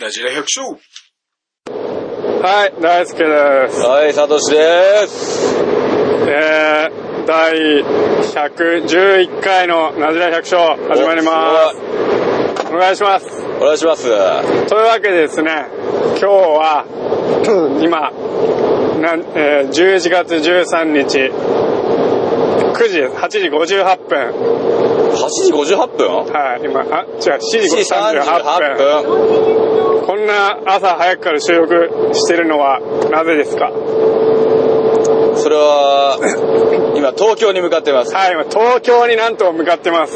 ラジラ百姓はい、大輔です。はい、サトシです。えー、第111回のナジラ百姓始まります。お願いします。おお願いします。はというわけでですね、今日は、 今、なんえー11月13日、9時、8時58分。 8時58分はい、今、あ、違う、7時 ?7 時38 38分。分。こんな朝早くから収録してるのはなぜですかそれは、今東京に向かってます。はい、今東京になんと向かってます。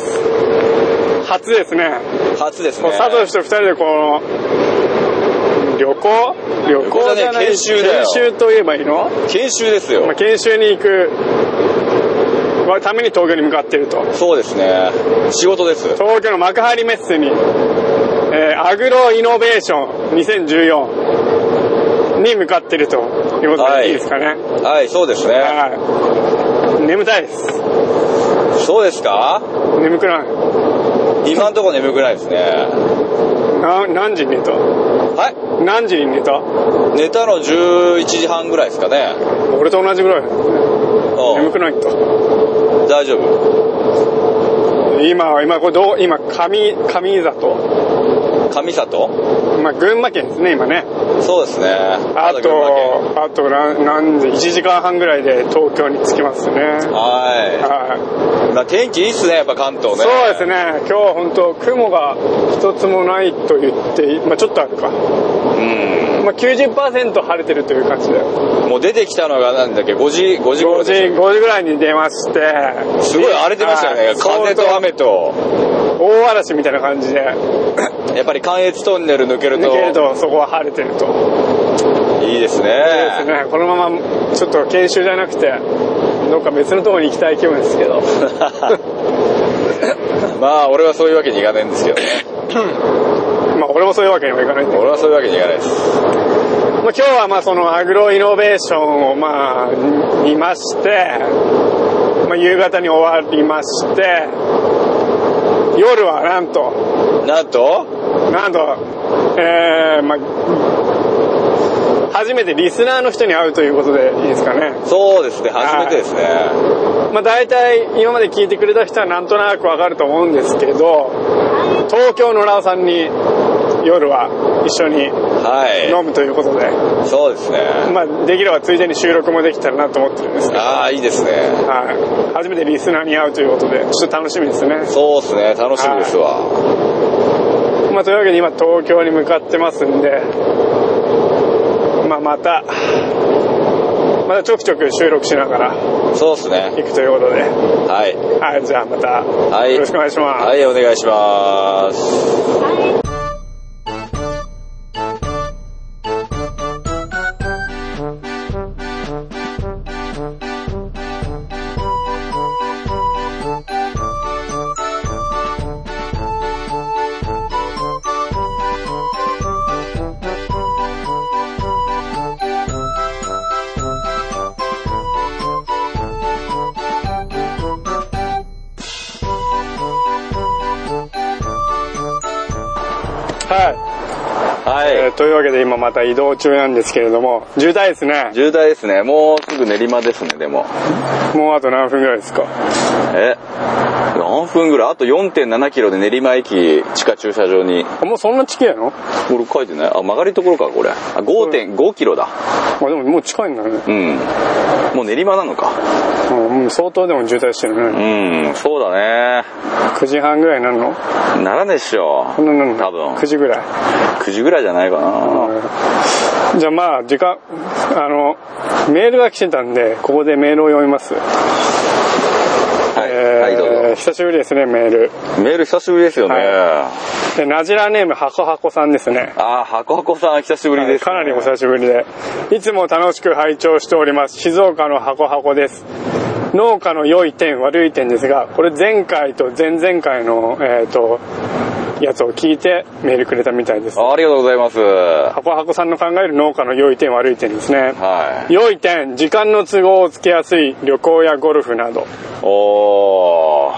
初ですね。初ですもね。う佐藤氏と二人でこの、旅行旅行じゃない旅行じゃない研修だよ研修といえばいいの、研修ですよまあ、。研修に行くはために東京に向かっていると。そうですね。仕事です。東京の幕張メッセに、えーアグロイノベーション2014に向かっているということはでいいいですかね。はい、そうですね。はい。眠たいです。そうですか眠くない。今んとこ眠くないですね。な何時に寝たは何時に寝たい。寝たの11時半ぐらいですかね。俺と同じぐらい。う眠ん。くないと。大丈夫。今は、今、これどう、今、上、上里。上里まあ、群馬県ですね、今ね。そうですね。ああと、あと何、何時、1時間半ぐらいで東京に着きますね。は。はいまあ天気いいっすね、やっぱ関東い。ね。そうです。ね、今日は本当雲が一つもないと言っていい、まあ、ちょっとあるか。うん。まあ、90%晴れてるという感じで。もう出てきたのがなんだっけ、5時、5時5頃時、でし5時ぐらに出まして。ょすごい荒れてましたよはねい。風と雨と。大嵐みたいな感じで、やっぱり関越トンネル抜けると。抜けるとそこは晴れてると。いいですですね。ね、このままちょっと研修じゃなくて、どっか別のところに行きたい気分ですけ ど。まあ、俺はそういうわけにいかないんです けどね。まあ俺もそういうわけにはいかないんで。ま俺はそういうわけにいかないです。あ今日はまあそのアグロイノベーションをまあ見まして、まあ夕方に終わりまして、夜はなんと、なんと、なんと、えー、まあ、初めてリスナーの人に会うということでいいですかね。そうですね、初めてですね。まあ、大体今まで聞いてくれた人はなんとなくわかると思うんですけど東京のラオさんに夜は一緒には飲むということで、い。そうですね。まあ、できればついでに収録もできたらなと思ってるんですけど、ああ、いいですね。はい、初めてリスナーに会うということでちょっと楽しみですね、そうですね、楽しみですわ。まあ、というわけで今東京に向かってますんで、まあ、またまたちょくちょく収録しながらそうですね。行くということで、はい。はい、じゃあまたいよろしくお願いします、はい、お願いします。はいはえいー。というわけで今また移動中なんですけれども、渋滞ですね。渋滞ですね。もうすぐ練馬ですね、でも。もうあと何分ぐらいですかえ何分ぐらいあと4.7キロで練馬駅地下駐車場に。あもうそんな近いのまこれ書いてないあ、曲がりところか、これ。あ、5.5キロだ。あでももう近いんだね。うん。もう練馬なのか。うん、うん相当でも渋滞してるうね。ん、そうだね。 9時半ぐらいになるのならねえっしょ。こんなになるの多分9時ぐらい。 9時ぐらいじゃないかな。じゃあまあ、時間、あの、メールが来てたんで、ここでメールを読みます。はい、えーはい、どう久しぶりですね、メール。ぞ。メール久しぶりですよね。はでナジラネーム、ハコハコさんですね。あー、箱箱さん久しぶりです、かなりお久ししぶりで。いつも楽しく拝聴しております。静岡の箱箱です。農家の良い点、悪い点ですが、これ前回と前々回の、えっ、と、やつを聞いてメールくれたみたいです。ありがとうございます。は箱箱さんの考える農家の良い点、悪い点ですね。い。良い点、時間の都合をつけやすい旅行やゴルフなど。お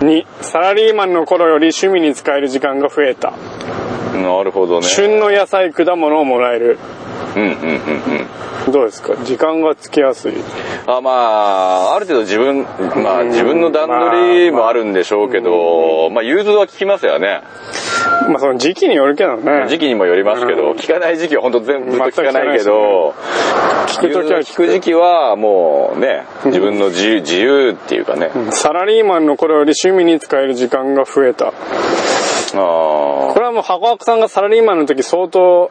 ー。 2、サラリーマンの頃より趣味に使える時間が増えた。なるほなるほどね。旬の野菜果物をもらえるうんうんうんうん。どうですか時間がつきやすいあまあ、ある程度自分、まあ自分の段取りもあるんでしょうけど、まあ融通は聞きますよね。まあその時期によるけどね時期にもよりますけど、うん聞かない時期は本当全部ずっと聞かないけど、聞く時は聞聞く時期はもうね、自分の自由自由っていうかね。サラリーマンの頃より趣味に使える時間が増えたあこれはもう箱箱さんがサラリーマンの時相当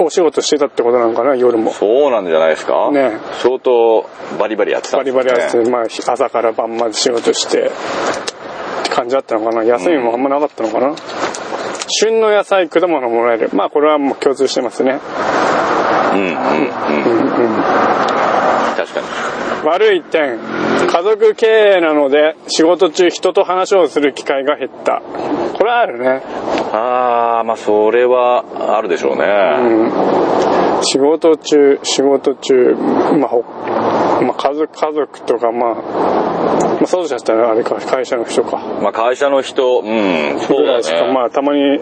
お仕事してたってことなんかな夜あ、もそうなんじゃないですかね相当バリバリやってたバんでリすねバリやって、まあ、朝から晩まで仕事してって感じだったのかな休みもあんまなかったのかな、旬の野菜果物もらえるまあこれはもう共通してますねうんうんうん。確かに。悪い点家族経営なので仕事中人と話をする機会が減ったこれはあるね、ああ、まあそれはあるでしょうね。うん、仕事中仕事中まあ、ほまあ、家族家族とかまあ、まあ、そうじゃったらあれか会社の人かまあ会社の人、うん、そうぐらだいしか、ね。まあたまに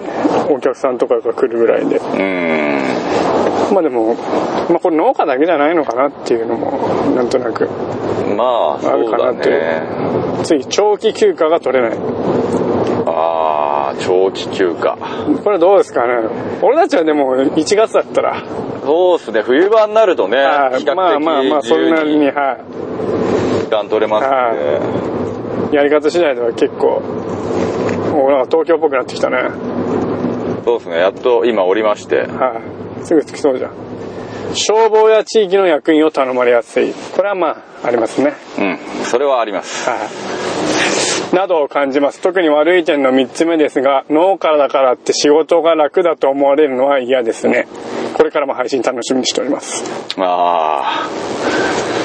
お客さんとかが来るぐらいでうん。まあでも、まあこれ農家だけじゃないのかなっていうのも、なんとなく。まあ、そうだあるかなっていね。次、長期休暇が取れない。こああ、長期休暇。れどうですかね俺たちはでも1月だったら、そうですね、冬場になるとね、比較は的いまあまあまあ、自そんな由に、には時間取れますんで。い。やり方次第では結構、もうなんか東京っぽくなってきたね。そうですね、やっと今降りまして。はい。すぐ着きそうじゃん。消防や地域の役員を頼まれやすい。これはまあ、ありますね。うん、それはあります。はいなどを感じます。特に悪い点の3つ目ですが、農家だからって仕事が楽だと思われるのは嫌ですね。これからも配信楽しみにしております。ああ、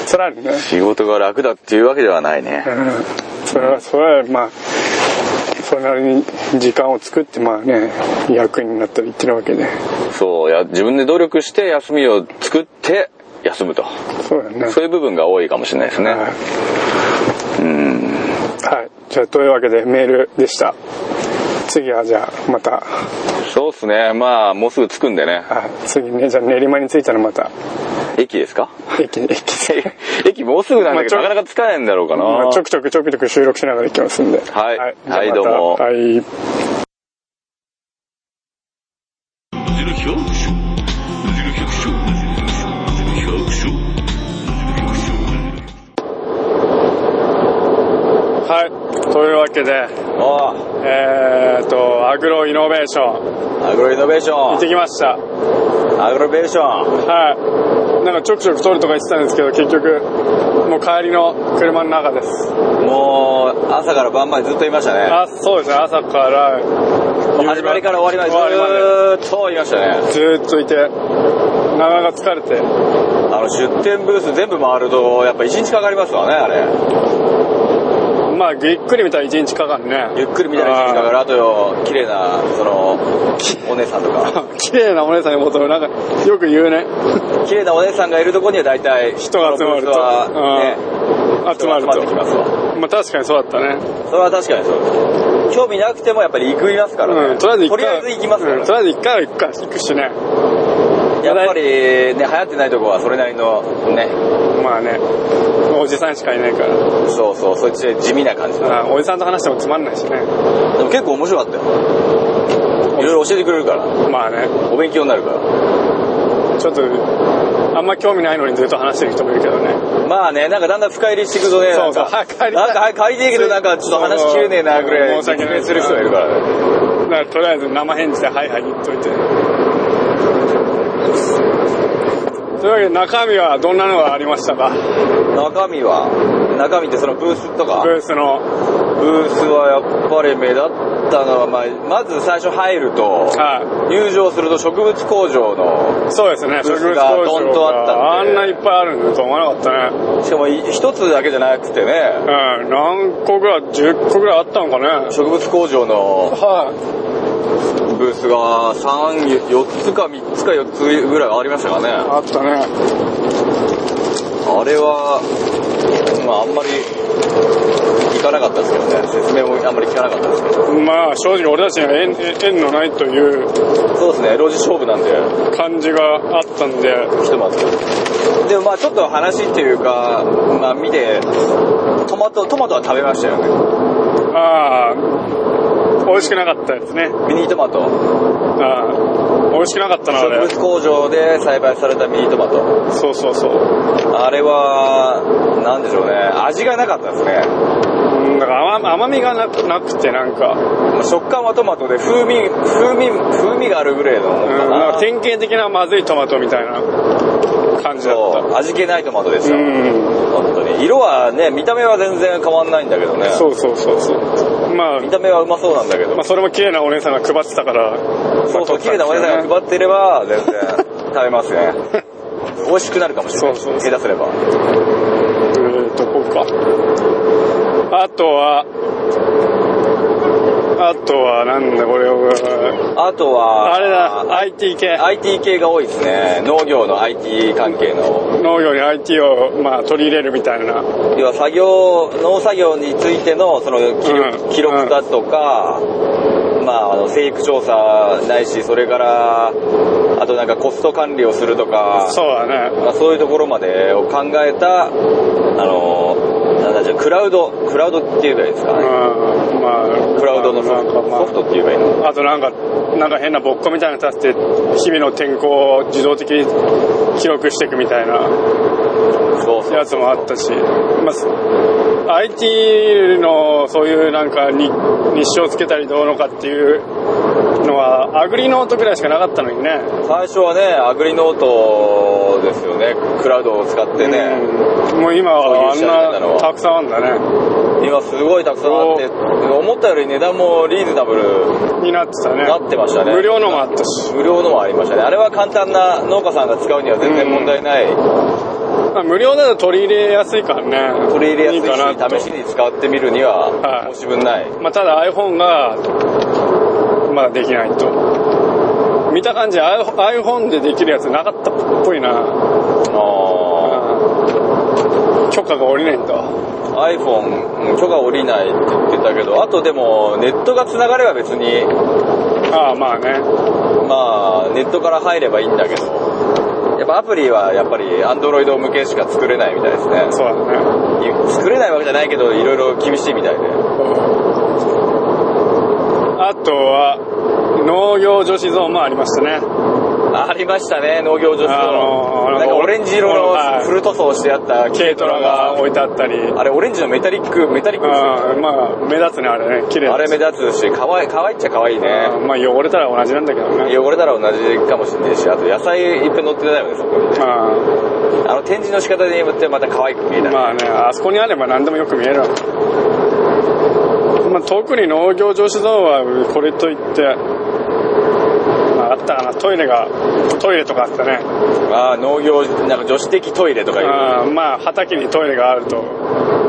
それはあるね。仕事が楽だっていうわけではないね。うん。それは、それは、まあ、それなりに時間を作って、まあね、役になったり言ってるわけで。そう、や、自分で努力して休みを作って休むと。そうだね。そういう部分が多いかもしれないですね。はいはい。じゃあ、というわけでメールでした。次は、じゃあ、また、そうですね、まあ、もうすぐ着くんでね。あ次ね、じゃあ練馬に着いたらまた、駅ですか駅、 駅で。駅もうすぐなんだけど、まあちょなかなか着かないんだろうかな。まあちょくちょくちょくちょく収録しながら行きますんで。はいじゃあはいまたどうもはい。はい。というわけで、おえーと、アグロイノベーション、行アグロイノベーショってきました。ンアグロベーションはい。なんかちょくちょく撮るとか言ってたんですけど、結局、もう帰りの車の中です。もう、朝から晩までずっといましたね。あ、そうですね、朝から、始まりから終わりまで終ずわりまーっといましたね。でずーっといて、なかなか疲れて、あの、出店ブース全部回ると、やっぱ一日かかりますわね、あれ。まあ、ゆっくり見たら1日かかるね。ゆっくり見たら一日かかる。あとよ、綺麗な、その、お姉さんと か。綺麗なお姉さんに求めなんかよく言うね綺麗なお姉さんがいるとこには大体、人が集まるとこのブースはね、集ま人が集るまってきとますわ。まあ確かにそうだったね、それは確かにそう。興味なくてもやっぱり行くいますからね。うん、とりあえず一回とりあえず行きますからねうんとりあえず一回は行くか行くしねやっぱりね、流行ってないとこはそれなりのね、まあねおじさんしかいないからそうそう、そっちで地味な感じだ。あおじさんと話してもつまんないしねでも結構面白かったよ。いろいろ教えてくれるから、まあねお勉強になるから。ちょっとあんま興味ないのにずっと話してる人もいるけどねまあね、なんかだんだん深入りしていくとね、そうそうなんか早く帰りたいなんか早く帰りたいけどなんかちょっと話しきれねえなぐらい申し訳ない説明する人がいるからね。だからとりあえず生返事で「はいはい」言っといてというわけで中身はどんなのがありましたか中身は、中身ってそのブースとかブースのブースはやっぱり目立ったのは、まあ、まず最初入ると、はい入場すると植物工場の、そうですね、ブ植ース物が工場ドンとあったんでがあんないっぱいあるんだと思わなかったね。しかもい一つだけじゃなくてね、うん、何個ぐらい、10個ぐらいあったのかね。植物工場のはブースが3、4つか3つか4つぐらいありましたかね。い、あったね。あれは、まああんまり聞かなかったですけどね。説明もあんまり聞かなかったですけど。まあ正直俺たちには縁縁のないというそうですね、路地勝負なんで。感じがあったんで、ひとまずでもまあちょっと話っていうかまあ見てトマトトマトは食べましたよねああ、美味しくなかったですね。ミニトマトああ、美味しくなかったな、あ植れ物。工場で栽培されたミニトマトそうそうそう。あれはなんでしょうね味がなかったですねうんだから甘甘みがなくなくて、なんか、まあ食感はトマトで風味風味風味があるぐらいのもうのかん、なんなか典型的なまずいトマトみたいな感じだっ。そう味気ないトマトでしたた、うん。本当に色はね見た目は全然変わんないんだけどねそうそうそうそう。まあ見、た目はうまそうなんだけど、まあ、それも綺麗なお姉さんが配ってたから、そうそう、綺麗なお姉さんがっ配っていれば、全然食べます ね。美味しくなるかもしれない。そうそうそう下手すれば。てるとこか。あとは、あとは、なんだ、これを、あとは、あれだ、IT 系。 IT 系が多いですね。農業の IT 関係の。農業に IT を、まあ、取り入れるみたいな。要は作業、農作業についての、その記録、うん記録だとか、まあ、あの、生育調査ないし、それから、あとなんかコスト管理をするとか、そうだね。まあ、そういうところまでを考えた、あの、なんだじゃ、クラウド、クラウドって言えばいいですかね。うん、まあ、クラウドのソなフんかトまソフトって言えばいいのあ、あとなんか、なんか変なぼっこみたいなの立って、日々の天候を自動的に記録していくみたいなそうそうやつもあったし、まあす、IT のそういうなんかに日照つけたりどうのかっていうのは、アグリノートぐらいしかなかったのにね。最初はねアグリノートですよねクラウドを使ってね、うんもう今はあそういう調べたのんはなたくさんあるんだね。今すごいたくさんあって思ったより値段もリーズナブルになってたね。なってましたね無料のもあったし。無料のもありましたねあれは簡単な農家さんが使うには全然問題ない、まあ無料だと取り入れやすいからね。取り入れやすいしかなと試しに使ってみるにははい申し分ない、まあ、ただ iPhone が、まだできないと。見た感じ、iPhone でできるやつなかったっぽいな。あ許可が下りないんだ。うー iPhone うん許可下りないって言ってたけどあとでもネットが繋がれば別にああ、まあね。まあ、ネットから入ればいいんだけど、やっぱアプリはやっぱりアンドロイド向けしか作れないみたいですね。そうだね。い作れないわけじゃないけど、いろいろ厳しいみたいで。あとは、農業女子ゾーンもありましたね。ありましたね、農業女子あのの。ーなんかオレンジ色はのいフル塗装してあった軽トラが置いてあったり。あれ、オレンジのメタリック、メタリックですよあまあ、目立つね、あれね。綺麗あれだし目立つし、可愛い、可愛いっちゃ可愛いねあ。ーまあ、汚れたら同じなんだけどね。汚れたら同じかもしれないし、あと野菜いっぱい乗ってないよね、そこにね。まああの、展示の仕方によってまた可愛く見えたり。まあね、あそこにあれば何でもよく見えるわまあ、特に農業上子ゾーンはこれといって、まあ、あったかな、トイレが、トイレとかあったね。あー農業、なんか女子的トイレとかいう。あーまあ、畑にトイレがあると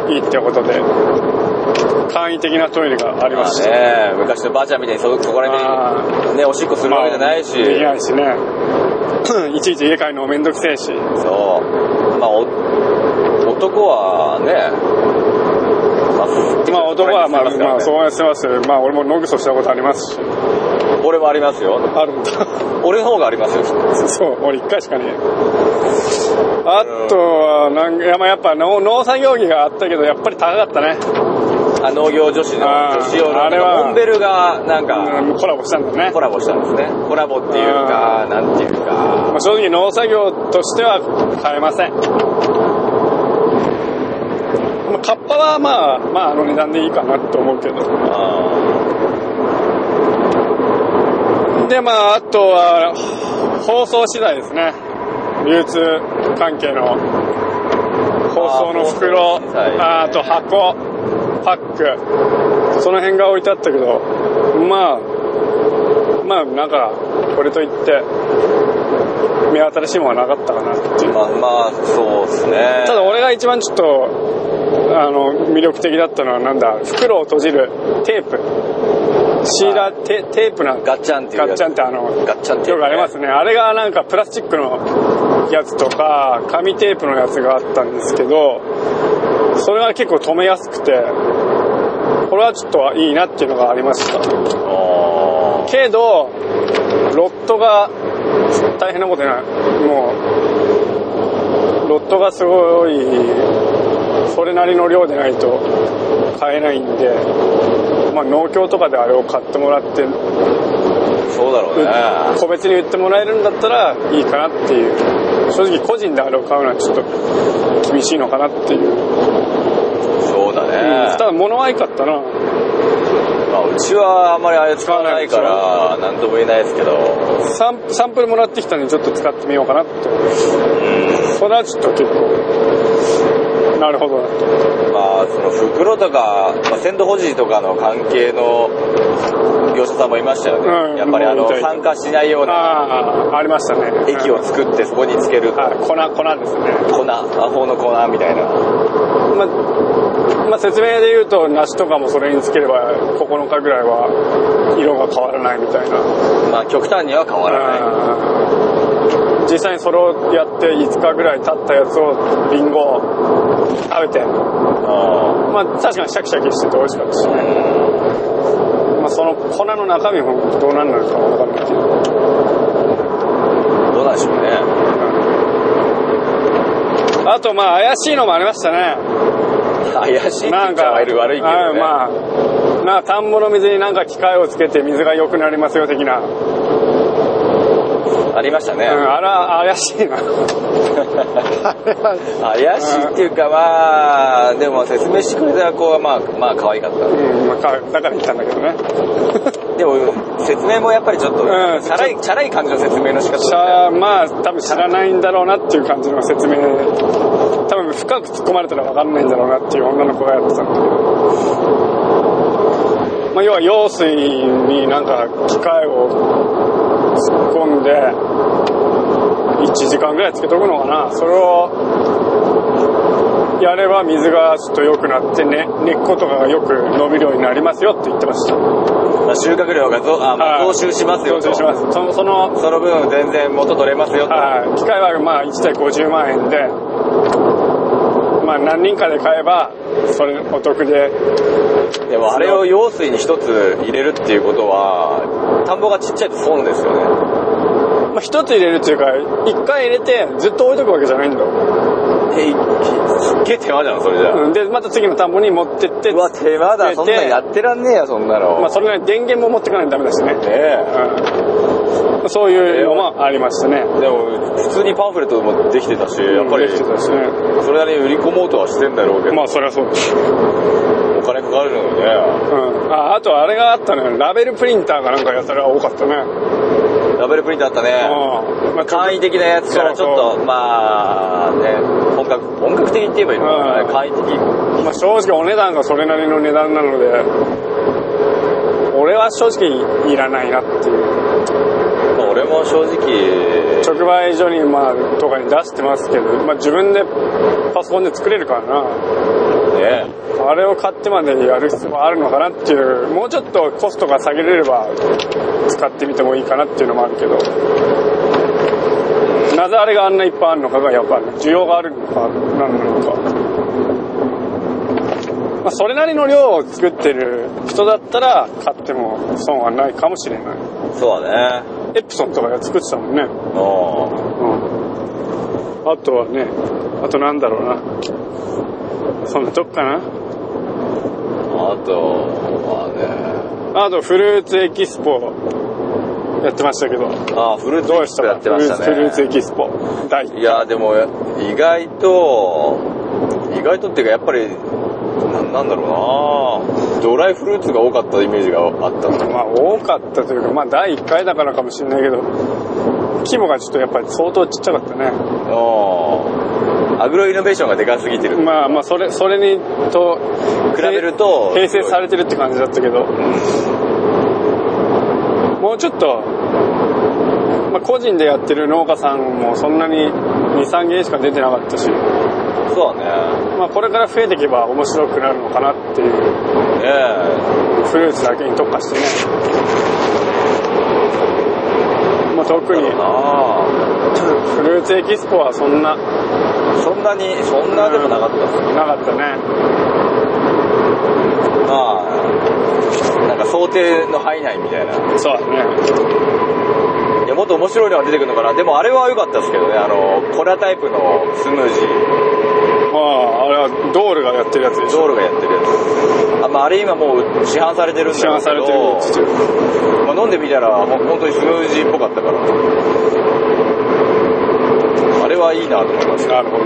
いいってことで、簡易的なトイレがありままあした。ね、昔のばあちゃんみたいにそそこら辺にね、おしっこするわけじゃないし、できないしね。 いちいち家帰るのもめんどくせえし。そう、まあ、お男はね、まあ男はまあ、ここら辺に住んでますからねまあそうはしてますよ。まあ俺もノグソしたことありますし。俺もありますよ。あるんだ。俺の方がありますよ。そう、俺一回しかねえ。あとは、なんか、いやまあやっぱ農農作業着があったけど、やっぱり高かったね。あ農業女子のあー女子用の、あれはモンベルがなんか、うんコラボしたんだねコ。ラボしたんですね。コラボっていうか、なんていうか、まあ、正直農作業としては買えません。まあ、カッパはまあ、まああの値段でいいかなと思うけど。あでまああとは、放送次第ですね。流通関係の放送の袋、あー放送次第ねあーあと箱、パック、その辺が置いてあったけど、まあ、まあなんか、これといって、目新しいものはなかったかなっていーう。まあ、まあ、そうですね。ただ俺が一番ちょっと、あの、魅力的だったのはなんだ、袋を閉じるテープ。シーラーテテープなんか、ガッチャンっていうガやッつチャンってあの、ガッチャンっていうよねくありますね。あれがなんかプラスチックのやつとか、紙テープのやつがあったんですけど、それが結構止めやすくて、これはちょっといいなっていうのがありましたあーけどロットが大変なことにないもうロットがすごいそれなりの量でないと買えないんで、まあ、農協とかであれを買ってもらってそうだろうね個別に売ってもらえるんだったらいいかなっていう正直個人であれを買うのはちょっと厳しいのかなっていう、そうだねただ物はいかったなまあ、うちはあんまりあれ使わないから何とも言えないですけどサンサンプルもらってきたんでちょっと使ってみようかなってうんそれはちょっと結構なるほどなとまあその袋とか、まあ、鮮度保持とかの関係の業者さんもいましたよね、うんやっぱりあのもうみたい酸化しないようなああありましたね液を作ってそこにつけるはい粉粉ですね粉魔法の粉みたいなままあ、説明で言うと梨とかもそれにつければ9日ぐらいは色が変わらないみたいなまあ極端には変わらない実際にそれをやって5日ぐらい経ったやつをリンゴを食べてあまあ確かにシャキシャキしてて美味しかったし、ーうんまあ、その粉の中身もどうなんなのかわからないけどどうなんでしょうねあとまあ怪しいのもありましたね怪しいってな言っんちゃか悪い悪いけどあね、まあなんか田んぼの水になんか機械をつけて水が良くなりますよ的な、うん、あ、りましたね、あら怪しいな あれは怪しいっていうかまあでも説明してくれた子はまあまあ可愛かったうんまあかだから言ったんだけどねでも説明もやっぱりちょっと、うんチャラいチャラい感じの説明の仕方しだっゃあまあ多分知らないんだろうなっていう感じの説明多分深く突っ込まれたら分かんないんだろうなっていう女の子がやってたんだけど、まあ、要は用水になんか機械を突っ込んで1時間ぐらいつけとくのかなそれをやれば水がちょっと良くなって、ね、根っことかがよく伸びるようになりますよって言ってましたたまあ収穫量が増あ、まあ、はい増収しますよと増収しますそのそのその分全然元取れますよと、はい機械はまあ1台50万円で、まあ何人かで買えば、それお得で、でもあれを用水に一つ入れるっていうことは田んぼがちっちゃいと損ですよねまあ一つ入れるっていうか、1回入れてずっと置いとくわけじゃないんだよ。えいすっげえ手間じゃんそれじゃあ、うんで、また次の田んぼに持ってって、うわ手間だそんなんやってらんねえやそんなの、まあそれなりに電源も持ってかないとダメだしね。ねえうんそういうのもありましたね。でも普通にパンフレットもできてたしやっぱりできてたしね。それなりに売り込もうとはしてんだろうけど、まあそりゃそうです。お金かかるのにねうん。あ、あとあれがあったのよ。ラベルプリンターがなんかやたら多かったね。ラベルプリンターあったね、うん。まあちょっと簡易的なやつからちょっとそうまあね本格本格的に言えばいいのかな、うん簡易的まあ、正直お値段がそれなりの値段なので俺は正直いらないなっていうまあ俺も正直直売所にまあとかに出してますけど、まあ、自分でパソコンで作れるからなねあれを買ってまでやる必要はあるのかなっていうもうちょっとコストが下げれれば使ってみてもいいかなっていうのもあるけどなぜあれがあんないっぱいあるのかがやっぱり需要があるのか何なのか、まあ、それなりの量を作ってる人だったら買っても損はないかもしれないそうだねエプソンとかが作ってたもんねうんそうんあとはねあとなんだろうなそんなとこかなうあとはねあとフルーツエキスポやってましたけあどフルーツどエうでキしスたポかやってましたフルーツフルーツエねキスポ第1いやでも意外と意外とっていうかやっぱりななんだろうなドライフルーツが多かったイメージがあったなまあ多かったというかまあ第1回だからかもしれないけど規模がちょっとやっぱり相当ちっちゃかったねうんアグロイノベーションがでかすぎてるまあまあそれそれにと比べると平成されてるって感じだったけどもうちょっと、まあ、個人でやってる農家さんもそんなに23軒しか出てなかったし、そうだねまあ、これから増えていけば面白くなるのかなっていうねえフルーツだけに特化してねもう特になあ フルーツエキスポはそんなそんなにそんなでもなかったですなかったね。まあなんか想定の範囲内みたいなそうだね。いやもっと面白いのが出てくるのかなでもあれは良かったですけどねあのコラタイプのスムージーああ、あれはドールがやってるやつでしドょ。ールがやってるやつあ,、まあ、あれ今もう市販されてるんだ市ろ販うけされどてるやつっていう。まあ、飲んでみたらほん本当にスムージーっぽかったからあれはいいなと思いますなるほど。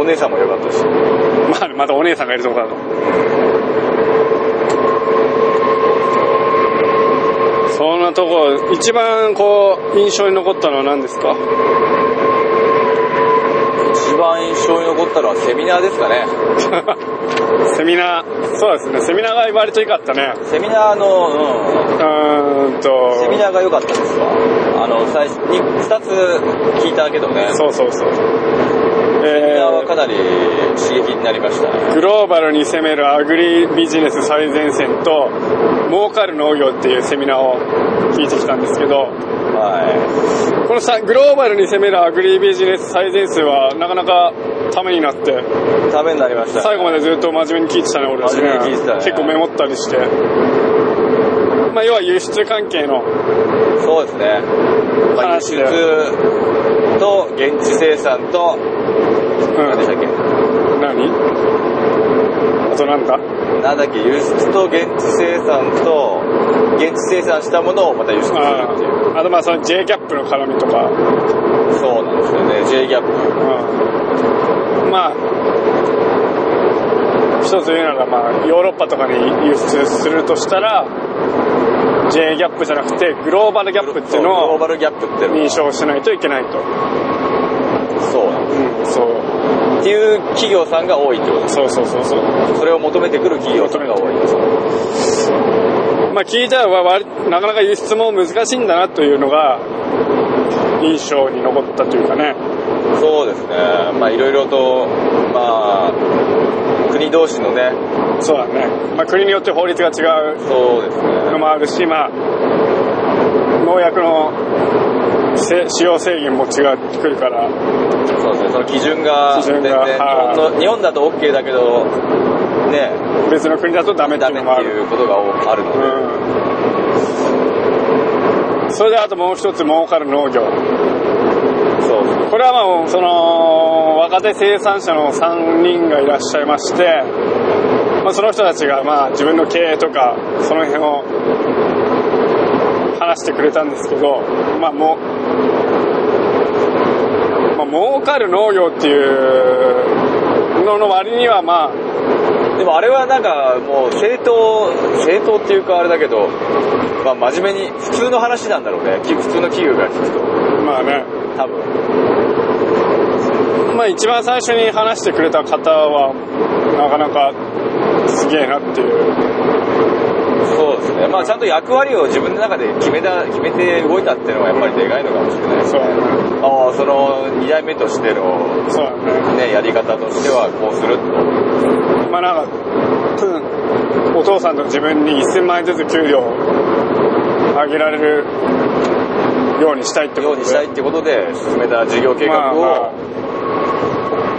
お姉さんも良かったしまあ、またお姉さんがいるとこだと。そんなとこ、一番こう、印象に残ったのは何ですか 一番印象に残ったのはセミナーですかねセミナー。そうですね、セミナーが割と良かったね。セミナーの、うーんと。セミナーが良かったですわあの最初に2つ聞いたけどねセそうそうそう。ミえナーはかーなり刺激になりましたねグローバルに攻めるアグリビジネス最前線と、儲かる農業っていうセミナーを聞いてきたんですけど、はこのさ、グローバルに攻めるアグリビジネス最前線はなかなかためになって、いためになりました最後までずっと真面目に聞いてたね、俺たちね真面目に聞いてたね結構メモったりして。まあ、要は輸出関係の、そうですね、まあ、輸話出でと現地生産とう何でしたっけん、何あとなんだなんだっけ輸出と現地生産と現地生産したものをまた輸出するっていうああとまあその J キャップの絡みとか、そうなんですよね J ギャッうんまあ、一つ言うなら、まあ、ヨーロッパとかに輸出するとしたら、J ギャップじゃなくて、グローバルギャッププっていうグロのーをバルギャップっていうの認証しないといけないと。そうなんでうん、そう。すっていう企業さんが多いってことでそうそうそうそう。すそれを求めてくる企業さんが多いですまあ、聞いたら、わ割なかなか輸出も難しいんだなというのが、印象に残ったというかね。そうですねまあいろいろとまあ国同士のねそうだね。まあ、国によって法律が違うそうですのねもあるし、まあ、農薬のせ使用制限も違ってくるから、そうですねその基準が基全準が然日本の日本だと OK だけどね別の国だとダメってダいうメのっもあてる。いうことがあるので、うんそれであともう一つ儲かる農業。そうですねこれはまあもう、その、若手生産者の3人がいらっしゃいまして、まあ、その人たちがまあ自分の経営とか、その辺を話してくれたんですけど、まあもう、まあ、儲かる農業っていうのの割にはまあ、でもあれはなんかもう正当正当っていうかあれだけど、まあ、真面目に普通の話なんだろうねき普通の企業が聞くとまあね、多分まあ一番最初に話してくれた方は、なかなかすげえなっていう。そうですねまあちゃんと役割を自分の中で決めた決めて動いたっていうのがやっぱりでかいのかもしれないですそうねだね。ああその2代目としてのそうだね。ねやり方としてはこうするとまあなんか、うんお父さんと自分に1000万円ずつ給料を上げられるようにしたいってよこうとにしたいで、ってことで進めた事業計画を、まあ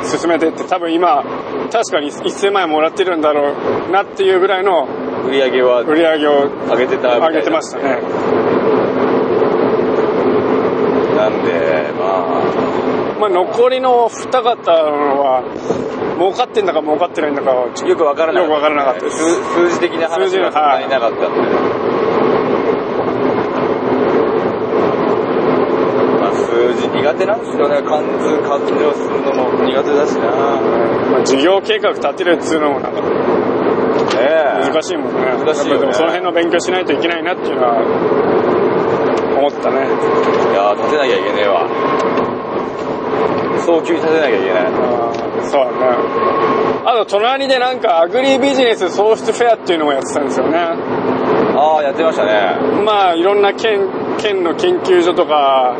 進めてって、多分今、確かに1000万円もらってるんだろうなっていうぐらいの売り上げは売り上げを上げてたみたいな上げてましたね。なんでまあまあ残りの二方は、儲かってんだか儲かってないんだかは、ちょよくわからなかった、よくわからなかったです数数字的な数話字のがそんなになかったんで、まあ、数字苦手なんですよね漢字勘定するのも苦手だしなまあ事業計画立てるっつうのもなんかねえ難しいもんね。難しいよねやっぱでもその辺の勉強しないといけないなっていうのは、思ったね。いやー立てなきゃいけねえわ早急に立てなきゃいけないあーそうだね。あと、隣でなんか、アグリビジネス創出フェアっていうのもやってたんですよね。ああやってましたねまあ、いろんな県、県の研究所とか、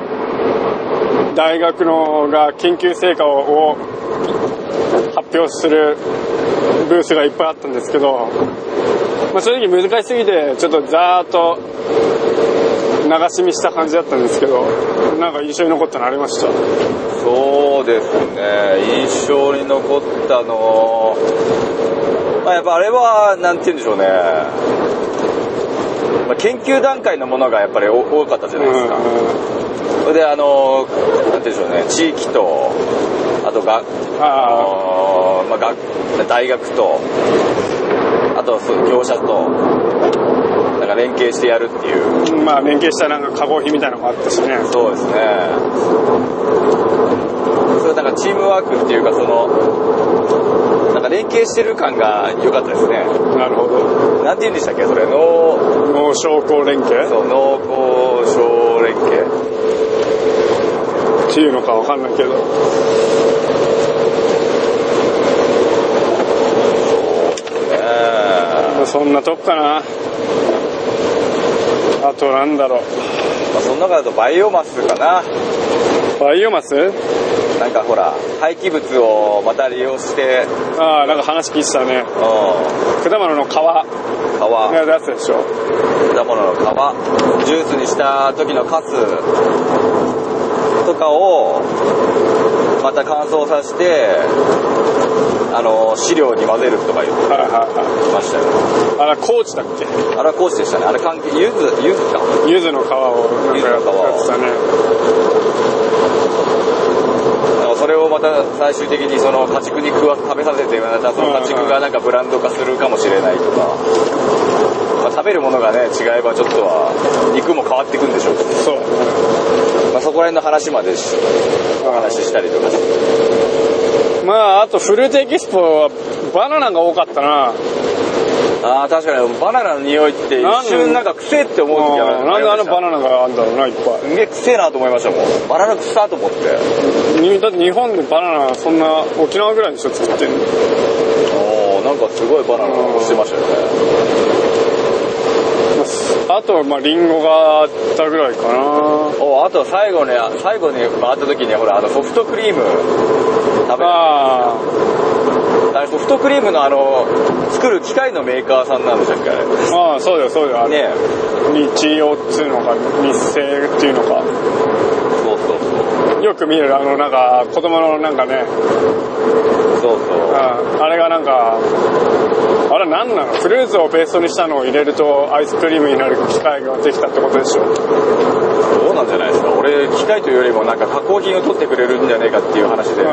大学のが研究成果をを発表するブースがいっぱいあったんですけど、まあ、正直難しすぎて、ちょっとざーっと流し見した感じだったんですけどなんか印象に残ったのありましたそうですね印象に残ったのまあやっぱあれはなんて言うんでしょうね、まあ、研究段階のものがやっぱり多多かったじゃないですか、うんそれであのなんて言うんでしょうね地域とあとがああのまあ、学大学とあとはそう業者となんか連携してやるっていうあまあ連携したなんか加工品みたいなのがあったしねそうですねそれなんかチームワークっていうかそのなんか連携してる感が良かったですねなるほどなんて言うんでしたっけそれ農脳症候連携そう農耕省連携っていうのかわかんないけどええまあそんなとこかなあとなんだろうまあ、その中だとバイオマスかなバイオマスなんかほら廃棄物をまた利用して、ああなんか話聞いてたねうん、皮果物の皮が出すでしょ果物の皮ジュースにした時のカスとかをまた乾燥させてあの飼料に混ぜるとか言ってはいはいはましたよいあら高知だっけあれは講師でしたねあれ関係ゆずゆずか柚子の皮をなんかやってたねなんかそれをまた最終的にその家畜に食わ食べさせてまたその家畜がなんかブランド化するかもしれないとか、まあ、食べるものがね違えばちょっとは肉も変わっていくんでしょうけど、そうまあ、そこら辺の話までしお話ししたりとかしてまああとフルーツエキスポはバナナが多かったあなあ確かにバナナの匂いってなん一瞬なんか癖って思う時ああるーなんであのバナナがあるんだろうないっぱすんげえ癖えなと思いましたもんバナナ臭と思っていにだって日本でバナナそんな沖縄ぐらいでしょ作ってんのおーなんかすごいバナナのしてましたよねあとはまあリンゴがあったぐらいかなおーあと最後ね最後に回った時にほらあのソフトクリーム食べああれソフトクリームのあの作る機械のメーカーさんなんでしたっけあれねーあーそうだよそうだよあれえ日曜っつうのか日生っていうのかそうそうよく見るあのなんか子供のなんかねそうそううんそうあれがなんかあれ何なのフルーツをペーストにしたのを入れるとアイスクリームになる機械ができたってことでしょそうなんじゃないですか俺機械というよりもなんか加工品を取ってくれるんじゃねえかっていう話でう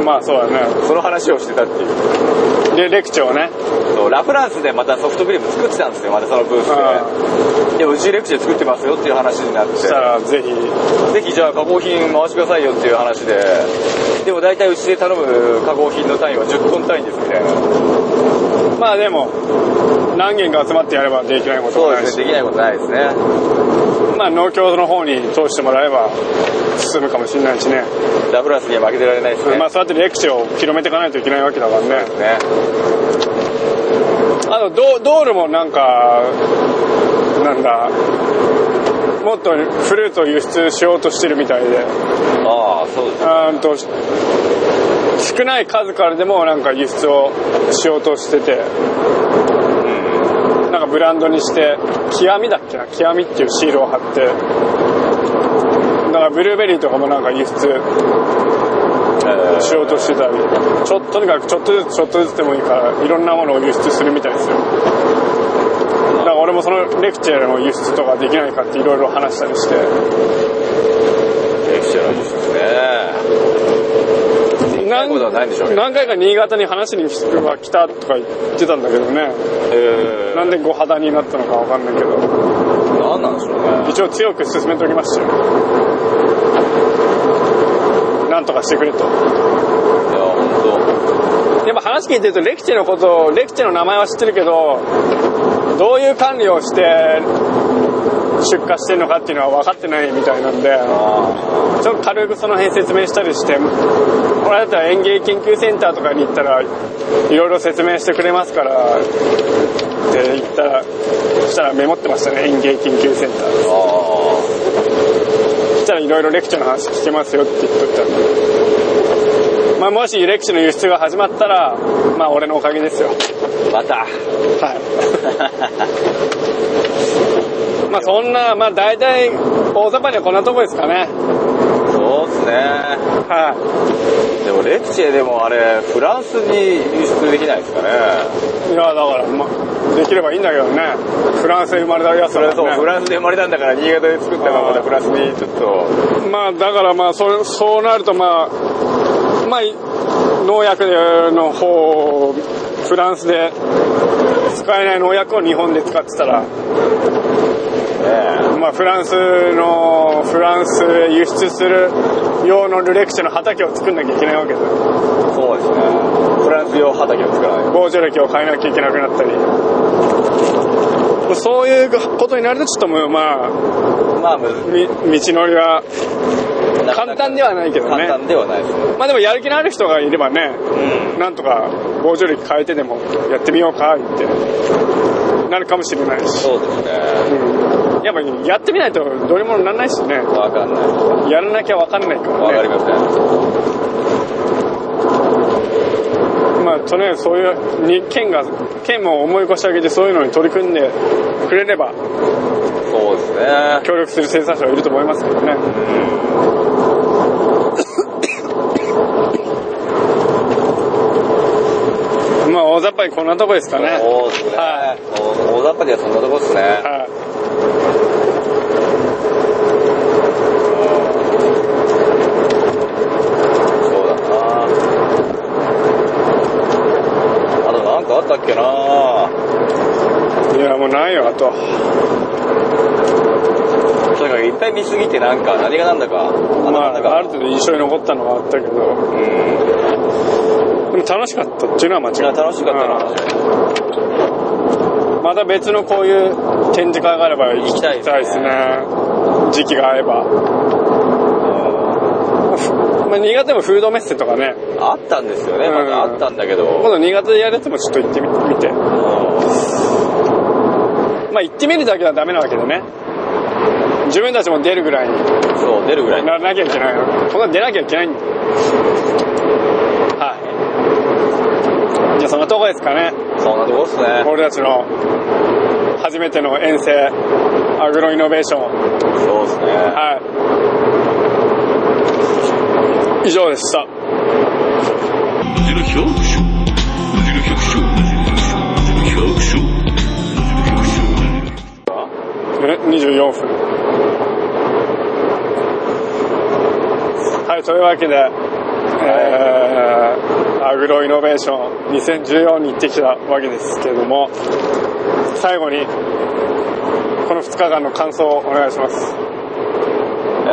んまあそうだねその話をしてたっていうでレクチャーをねそうラ・フランスでまたソフトクリーム作ってたんですよまたそのブースででうちレクチェ作ってますよっていう話になってしたらぜひぜひじゃあ加工品回してくださいよっていう話ででも大体うちで頼む加工品の単位は10トン単位ですみたいなまあでも何軒か集まってやればできないこともそうなでいすし、ねできないことないですねまあ農協の方に通してもらえば進むかもしれないしね、ラ・フランスには負けてられないですね,、まあそうやってレクチャーを広めていかないといけないわけだからねねあと道道路もなんかなんだもっとフルーツを輸出しようとしてるみたいでああそうですねあーんと少ない数からでもなんか輸出をしようとしててなんかブランドにして極みだっけな極みっていうシールを貼ってだからブルーベリーとかもなんか輸出えーしようとしてたりちょとにかくちょっとずつちょっとずつでもいいからいろんなものを輸出するみたいですよだから俺もそのレクチャーの輸出とかできないかっていろいろ話したりしてレクチェの術ですねな何んことはないんでしょうけど何回か新潟に話しに来たとか言ってたんだけどねえーなんでご肌になったのかわかんないけどなんなんでしょうね一応強く進めておきましたよなんとかしてくれといや本やっぱ話聞いてるとレクチェのことをレクチェの名前は知ってるけどどういう管理をして出荷してるのかっていうのは分かってないみたいなんで当あちょっと軽くその辺説明したりしてこれだったら園芸研究センターとかに行ったらいろいろ説明してくれますからって言ったらそしたらメモってましたね園芸研究センターーあーそしたらいろいろレクチャーの話聞けますよって言っといたんでまあもしレクチャーの輸出が始まったらまあ俺のおかげですよまたはい。 まあそんな、まあ大体、大雑把にはこんなとこですかね。そうっすね。はでもレッチェでもあれ、フランスに輸出できないですかね。い。いや、だから、まあ、できればいいんだけどね。フランスで生まれたやつそだれかそう、らフね。ランスで生まれたんだから、新潟で作ったままあーだフランスにちょっと、まあだからまあ、それ、そうなるとまあ、まあ、い農薬の方を、フランスで使えない農薬を日本で使ってたら、ねまあ、フランスの、フランスへ輸出する用のルレクチェの畑を作んなきゃいけないわけです。そうですね。フランス用畑を作らないと。防除歴を変えなきゃいけなくなったり。そういうことになるとちょっともうまあ、まあ、むみ道のりは、簡単ではないけどね簡単ではないですね。まあでもやる気のある人がいればね、うん。なんとか防除歴変えてでもやってみようかってなるかもしれないし。そうですね。うんやっぱやってみないとどうにもならないしね。わかんない。わやらなきゃわかんないからねか。りません。まあ、とりあえずそういう、に県が、県も思い越し上げてそういうのに取り組んでくれれば、そうですね。協力する生産者はいると思いますけどね。 まあ、大雑把にこんなとこですかね。そうですね。は大大雑把にはそんなとこですね。はいそうだなあとなんかあったっけないや、もうないよ、あと。とにかくいっぱい見すぎてなんか何がなんだか。あまのなんだあ、か。ある程度印象に残ったのはあったけど、うん。でも楽しかったっていうのは間違いいなやい。楽しかったな。うんまた別のこういう展示会があれば行きたいですね。時期が合えば。 まあ、新潟でもフードメッセとかね、あったんですよね。うんまたあったんだけど。今度新潟でやるやつもちょっと行ってみ見て。まあ行ってみるだけはダメなわけでね。自分たちも出るぐらいにそう、出るぐらい。ならなきゃいけないの。こんな出なきゃいけないんだよ。はい。じゃあそんなとこですかね。そんなとこっすね。俺たちの初めての遠征、アグロイノベーション。そうっすね。はい。以上でした。 Zero Shock Show. Zero Shock Show. Zero Shock Show. Zero Shock Show. え、24分。はい、というわけで、えー、アグロイノベーション2014に行ってきたわけですけれども、最後に、この2日間の感想をお願いします。え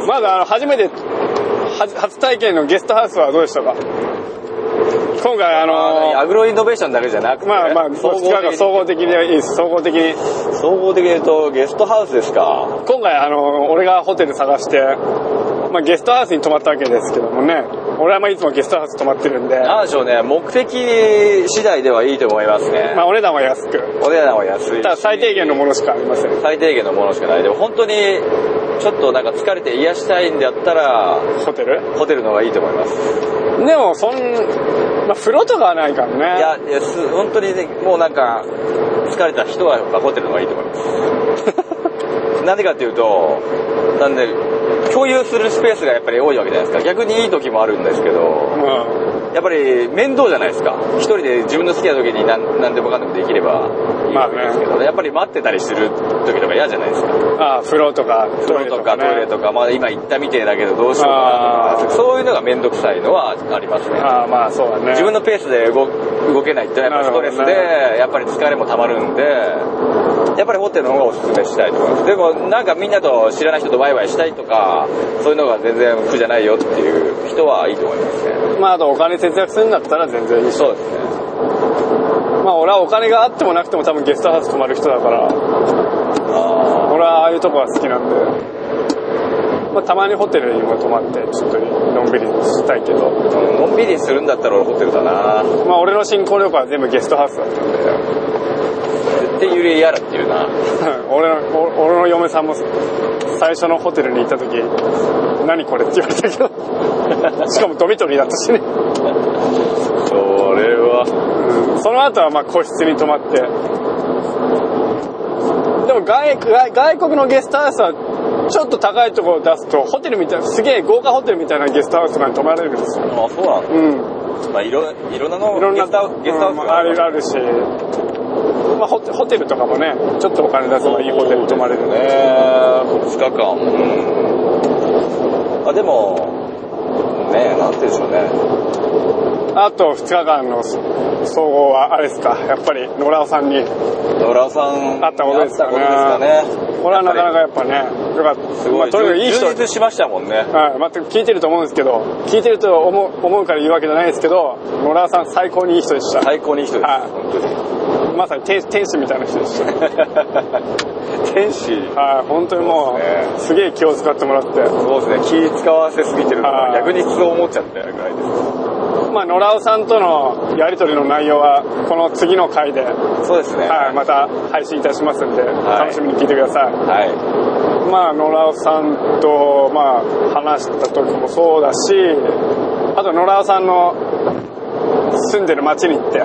ー、まず、あの、初めて、は初体験のゲストハウスはどうでしたか今回、あのアグロイノベーションだけじゃなくて、まあまあ、総2合日間的総に合的でいいです。総合的に。総合的に言うと、ゲストハウスですか。今回あの俺がホテル探して、まあ、ゲストハウスに泊まったわけですけどもね俺はまあいつもゲストハウス泊まってるんで、なんでしょうね、目的次第ではいいと思いますね。まあ、お値段は安くお値段は安い。ただ最低限のものしかありません最低限のものしかない。でも本当に、ちょっとなんか疲れて癒したいんだったら、ホテルホテルの方がいいと思います。でもそん、まあ、風呂とかはないからねいや、いやす本当にね、もうなんか、疲れた人はやっぱホテルの方がいいと思い ます。なんでかっていうと、なんで、共有するスペースがやっぱり多いわけじゃないですか。逆にいい時もあるんですけうど、んやっぱり面倒じゃないですか。一人で自分の好きな時に何何でもかんでもできればいいわけですけど、やっぱり待ってたりする時とか嫌じゃないですか。ああ風呂とか風呂とかトイレとか、まあ今行ったみてえだけどどうしようあかーなそういうのが面倒くさいのはありますね。ああまあそうだね自分のペースで動動けないってやっぱりストレスなでるほど、やっぱり疲れも溜まるんで、やっぱりホテルの方がおすすめしたいと思います。でもなんかみんなと知らない人とワイワイしたいとか、そういうのが全然苦じゃないよっていう人はいいと思いますね。まああとお金節約するんだったら全然いいしそうですね。まあ俺はお金があってもなくても多分ゲストハウス泊まる人だからあ俺はああいうとこが好きなんで、まあ、たまにホテルにも泊まってちょっとのんびりしたいけどーのんびりするんだったら俺ホテルだなまあ俺の新婚旅行は全部ゲストハウスだったん で、絶対揺れ嫌だっていうな。俺の、お俺の嫁さんも最初のホテルに行った時、何これって言われたけど、 しかもドミトリーだったしね。それは、その後はまあ個室に泊まって、も外外外国のゲストハウスはちょっと高いところを出すとホテルみたいなすげえ豪華ホテルみたいなゲストハウスとかに泊まれるんですよあ、そうなのうんまあ、いろ、いろんなの、いろんゲなストハウス、ゲストハウスうんあるあるし、まあ、ホテホテルとかもねちょっとお金出せばいいホテル泊まれるねね2日間。あ、でも、ねなんて言うんでしょうね。あと2日間の総合はあれですかやっぱり野良さんに野良さん、あったことですかねあったことですかねこれはなかなかやっぱねよかったすまごあい、とにかくいい人充実しましたもんね。はい、全く聞いてると思うんですけど聞いてると思う思うから言うわけじゃないですけど野良さん最高にいい人でした、最高にいい人です、はい本当に。まさに天天使みたいな人でした天使。はい本当にそもううすげえ気を使ってもらってそうですね、気使わせすぎてるから、はい逆にそう思っちゃったぐらいです。まあ野良さんとのやり取りの内容はこの次の回で、はそうですね。い、また配信いたしますんで、い楽しみに聞いてくださいはい。まあ野良さんと、まあ、話した時もそうだしあと野良さんの住んでる町に行って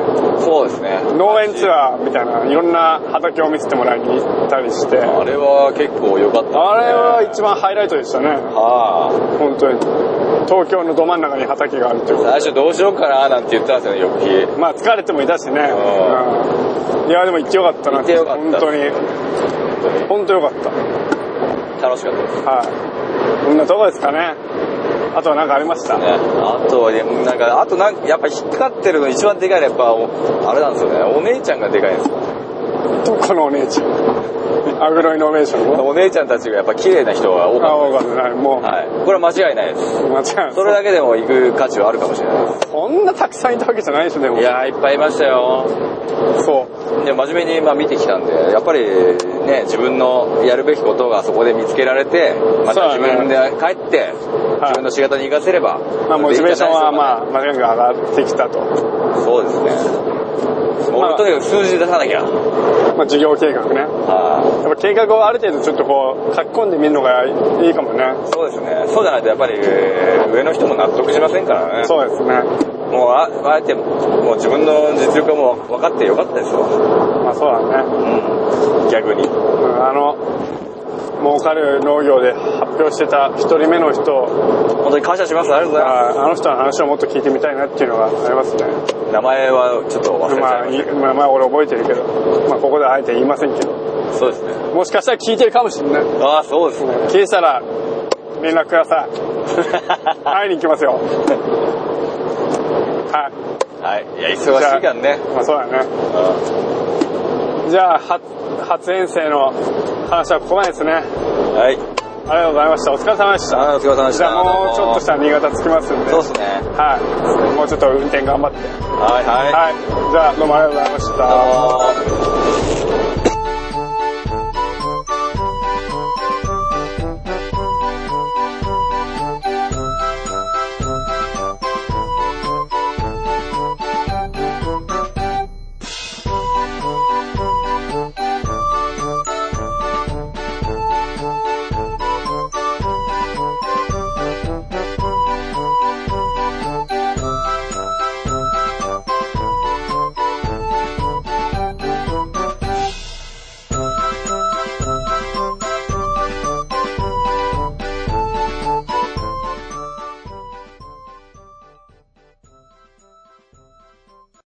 そうですね。農園ツアーみたいないろんな畑を見せてもらいに行ったりしてああれは結構良かった、れは一。番ハイライトでしたねは本当に東京のど真ん中に畑があるというあ。最初どうしようかななんて言ってたんですよね、翌日。まあ疲れてもいたしね、うんいやでも行ってよかったな行ってよかった本当に本当よかった楽しかったですね。はいこんなとこですかねあとは何かありましたあとは、なんか、あとなんか、やっぱ引っかかってるの一番でかいのはやっぱ、おあれなんですよね。お姉ちゃんがでかいんですよ。どこのお姉ちゃんアグロイノベーションのお姉ちゃんたちがやっぱ綺麗な人が多かっ青がないもう、た。はい。これは間違いないです。間違いないそれだけでも行く価値はあるかもしれないでそんなたくさんいたわけじゃないでしょでもす。いやー、いっぱいいましたよ。そうで真面目にまあ見てきたんで、やっぱりね、自分のやるべきことがそこで見つけられて、またそ自うだね分で帰って、自分の仕方に活かせれば、まあモチベーションはまああ、間違いなく上がってきたとそうですね。まもあうとにかく数字出さなきゃ。まあ事業計画ねはやっぱ計画をある程度ちょっとこう書き込んでみるのがいいかもねいそうですね。そうじゃないとやっぱりえー上の人も納得しませんからね。そうですねもうあ、あえて、もう自分の実力はもう分かってよかったですわ。まあそうだねうん。逆に。うんあの儲かる農業で発表してた一人目の人本当に感謝します。ありがとうございまああの人の話をもっと聞いてみたいなっていうのがありますねす。名前はちょっと忘れちゃいままあしいまあまあ俺覚えてるけどまあここではあえて言いませんけどた。そうですね。もしかしたら聞いてるかもしれない。ああ、そう ですね。聞いたら、連絡ください。会いに行きますよ。はい。はい。いや、忙しいからね。まあそうだね。うじゃあ、初、初遠征の話はここまでですね。ありんはい。がとうございました。お疲れ様でした。あーお疲れ様でした。じゃあもうちょっとしたら新潟着きますんで。そうですね。はい。もうちょっと運転頑張って。はいはい。はい。じゃあ、どうもありがとうございました。どうも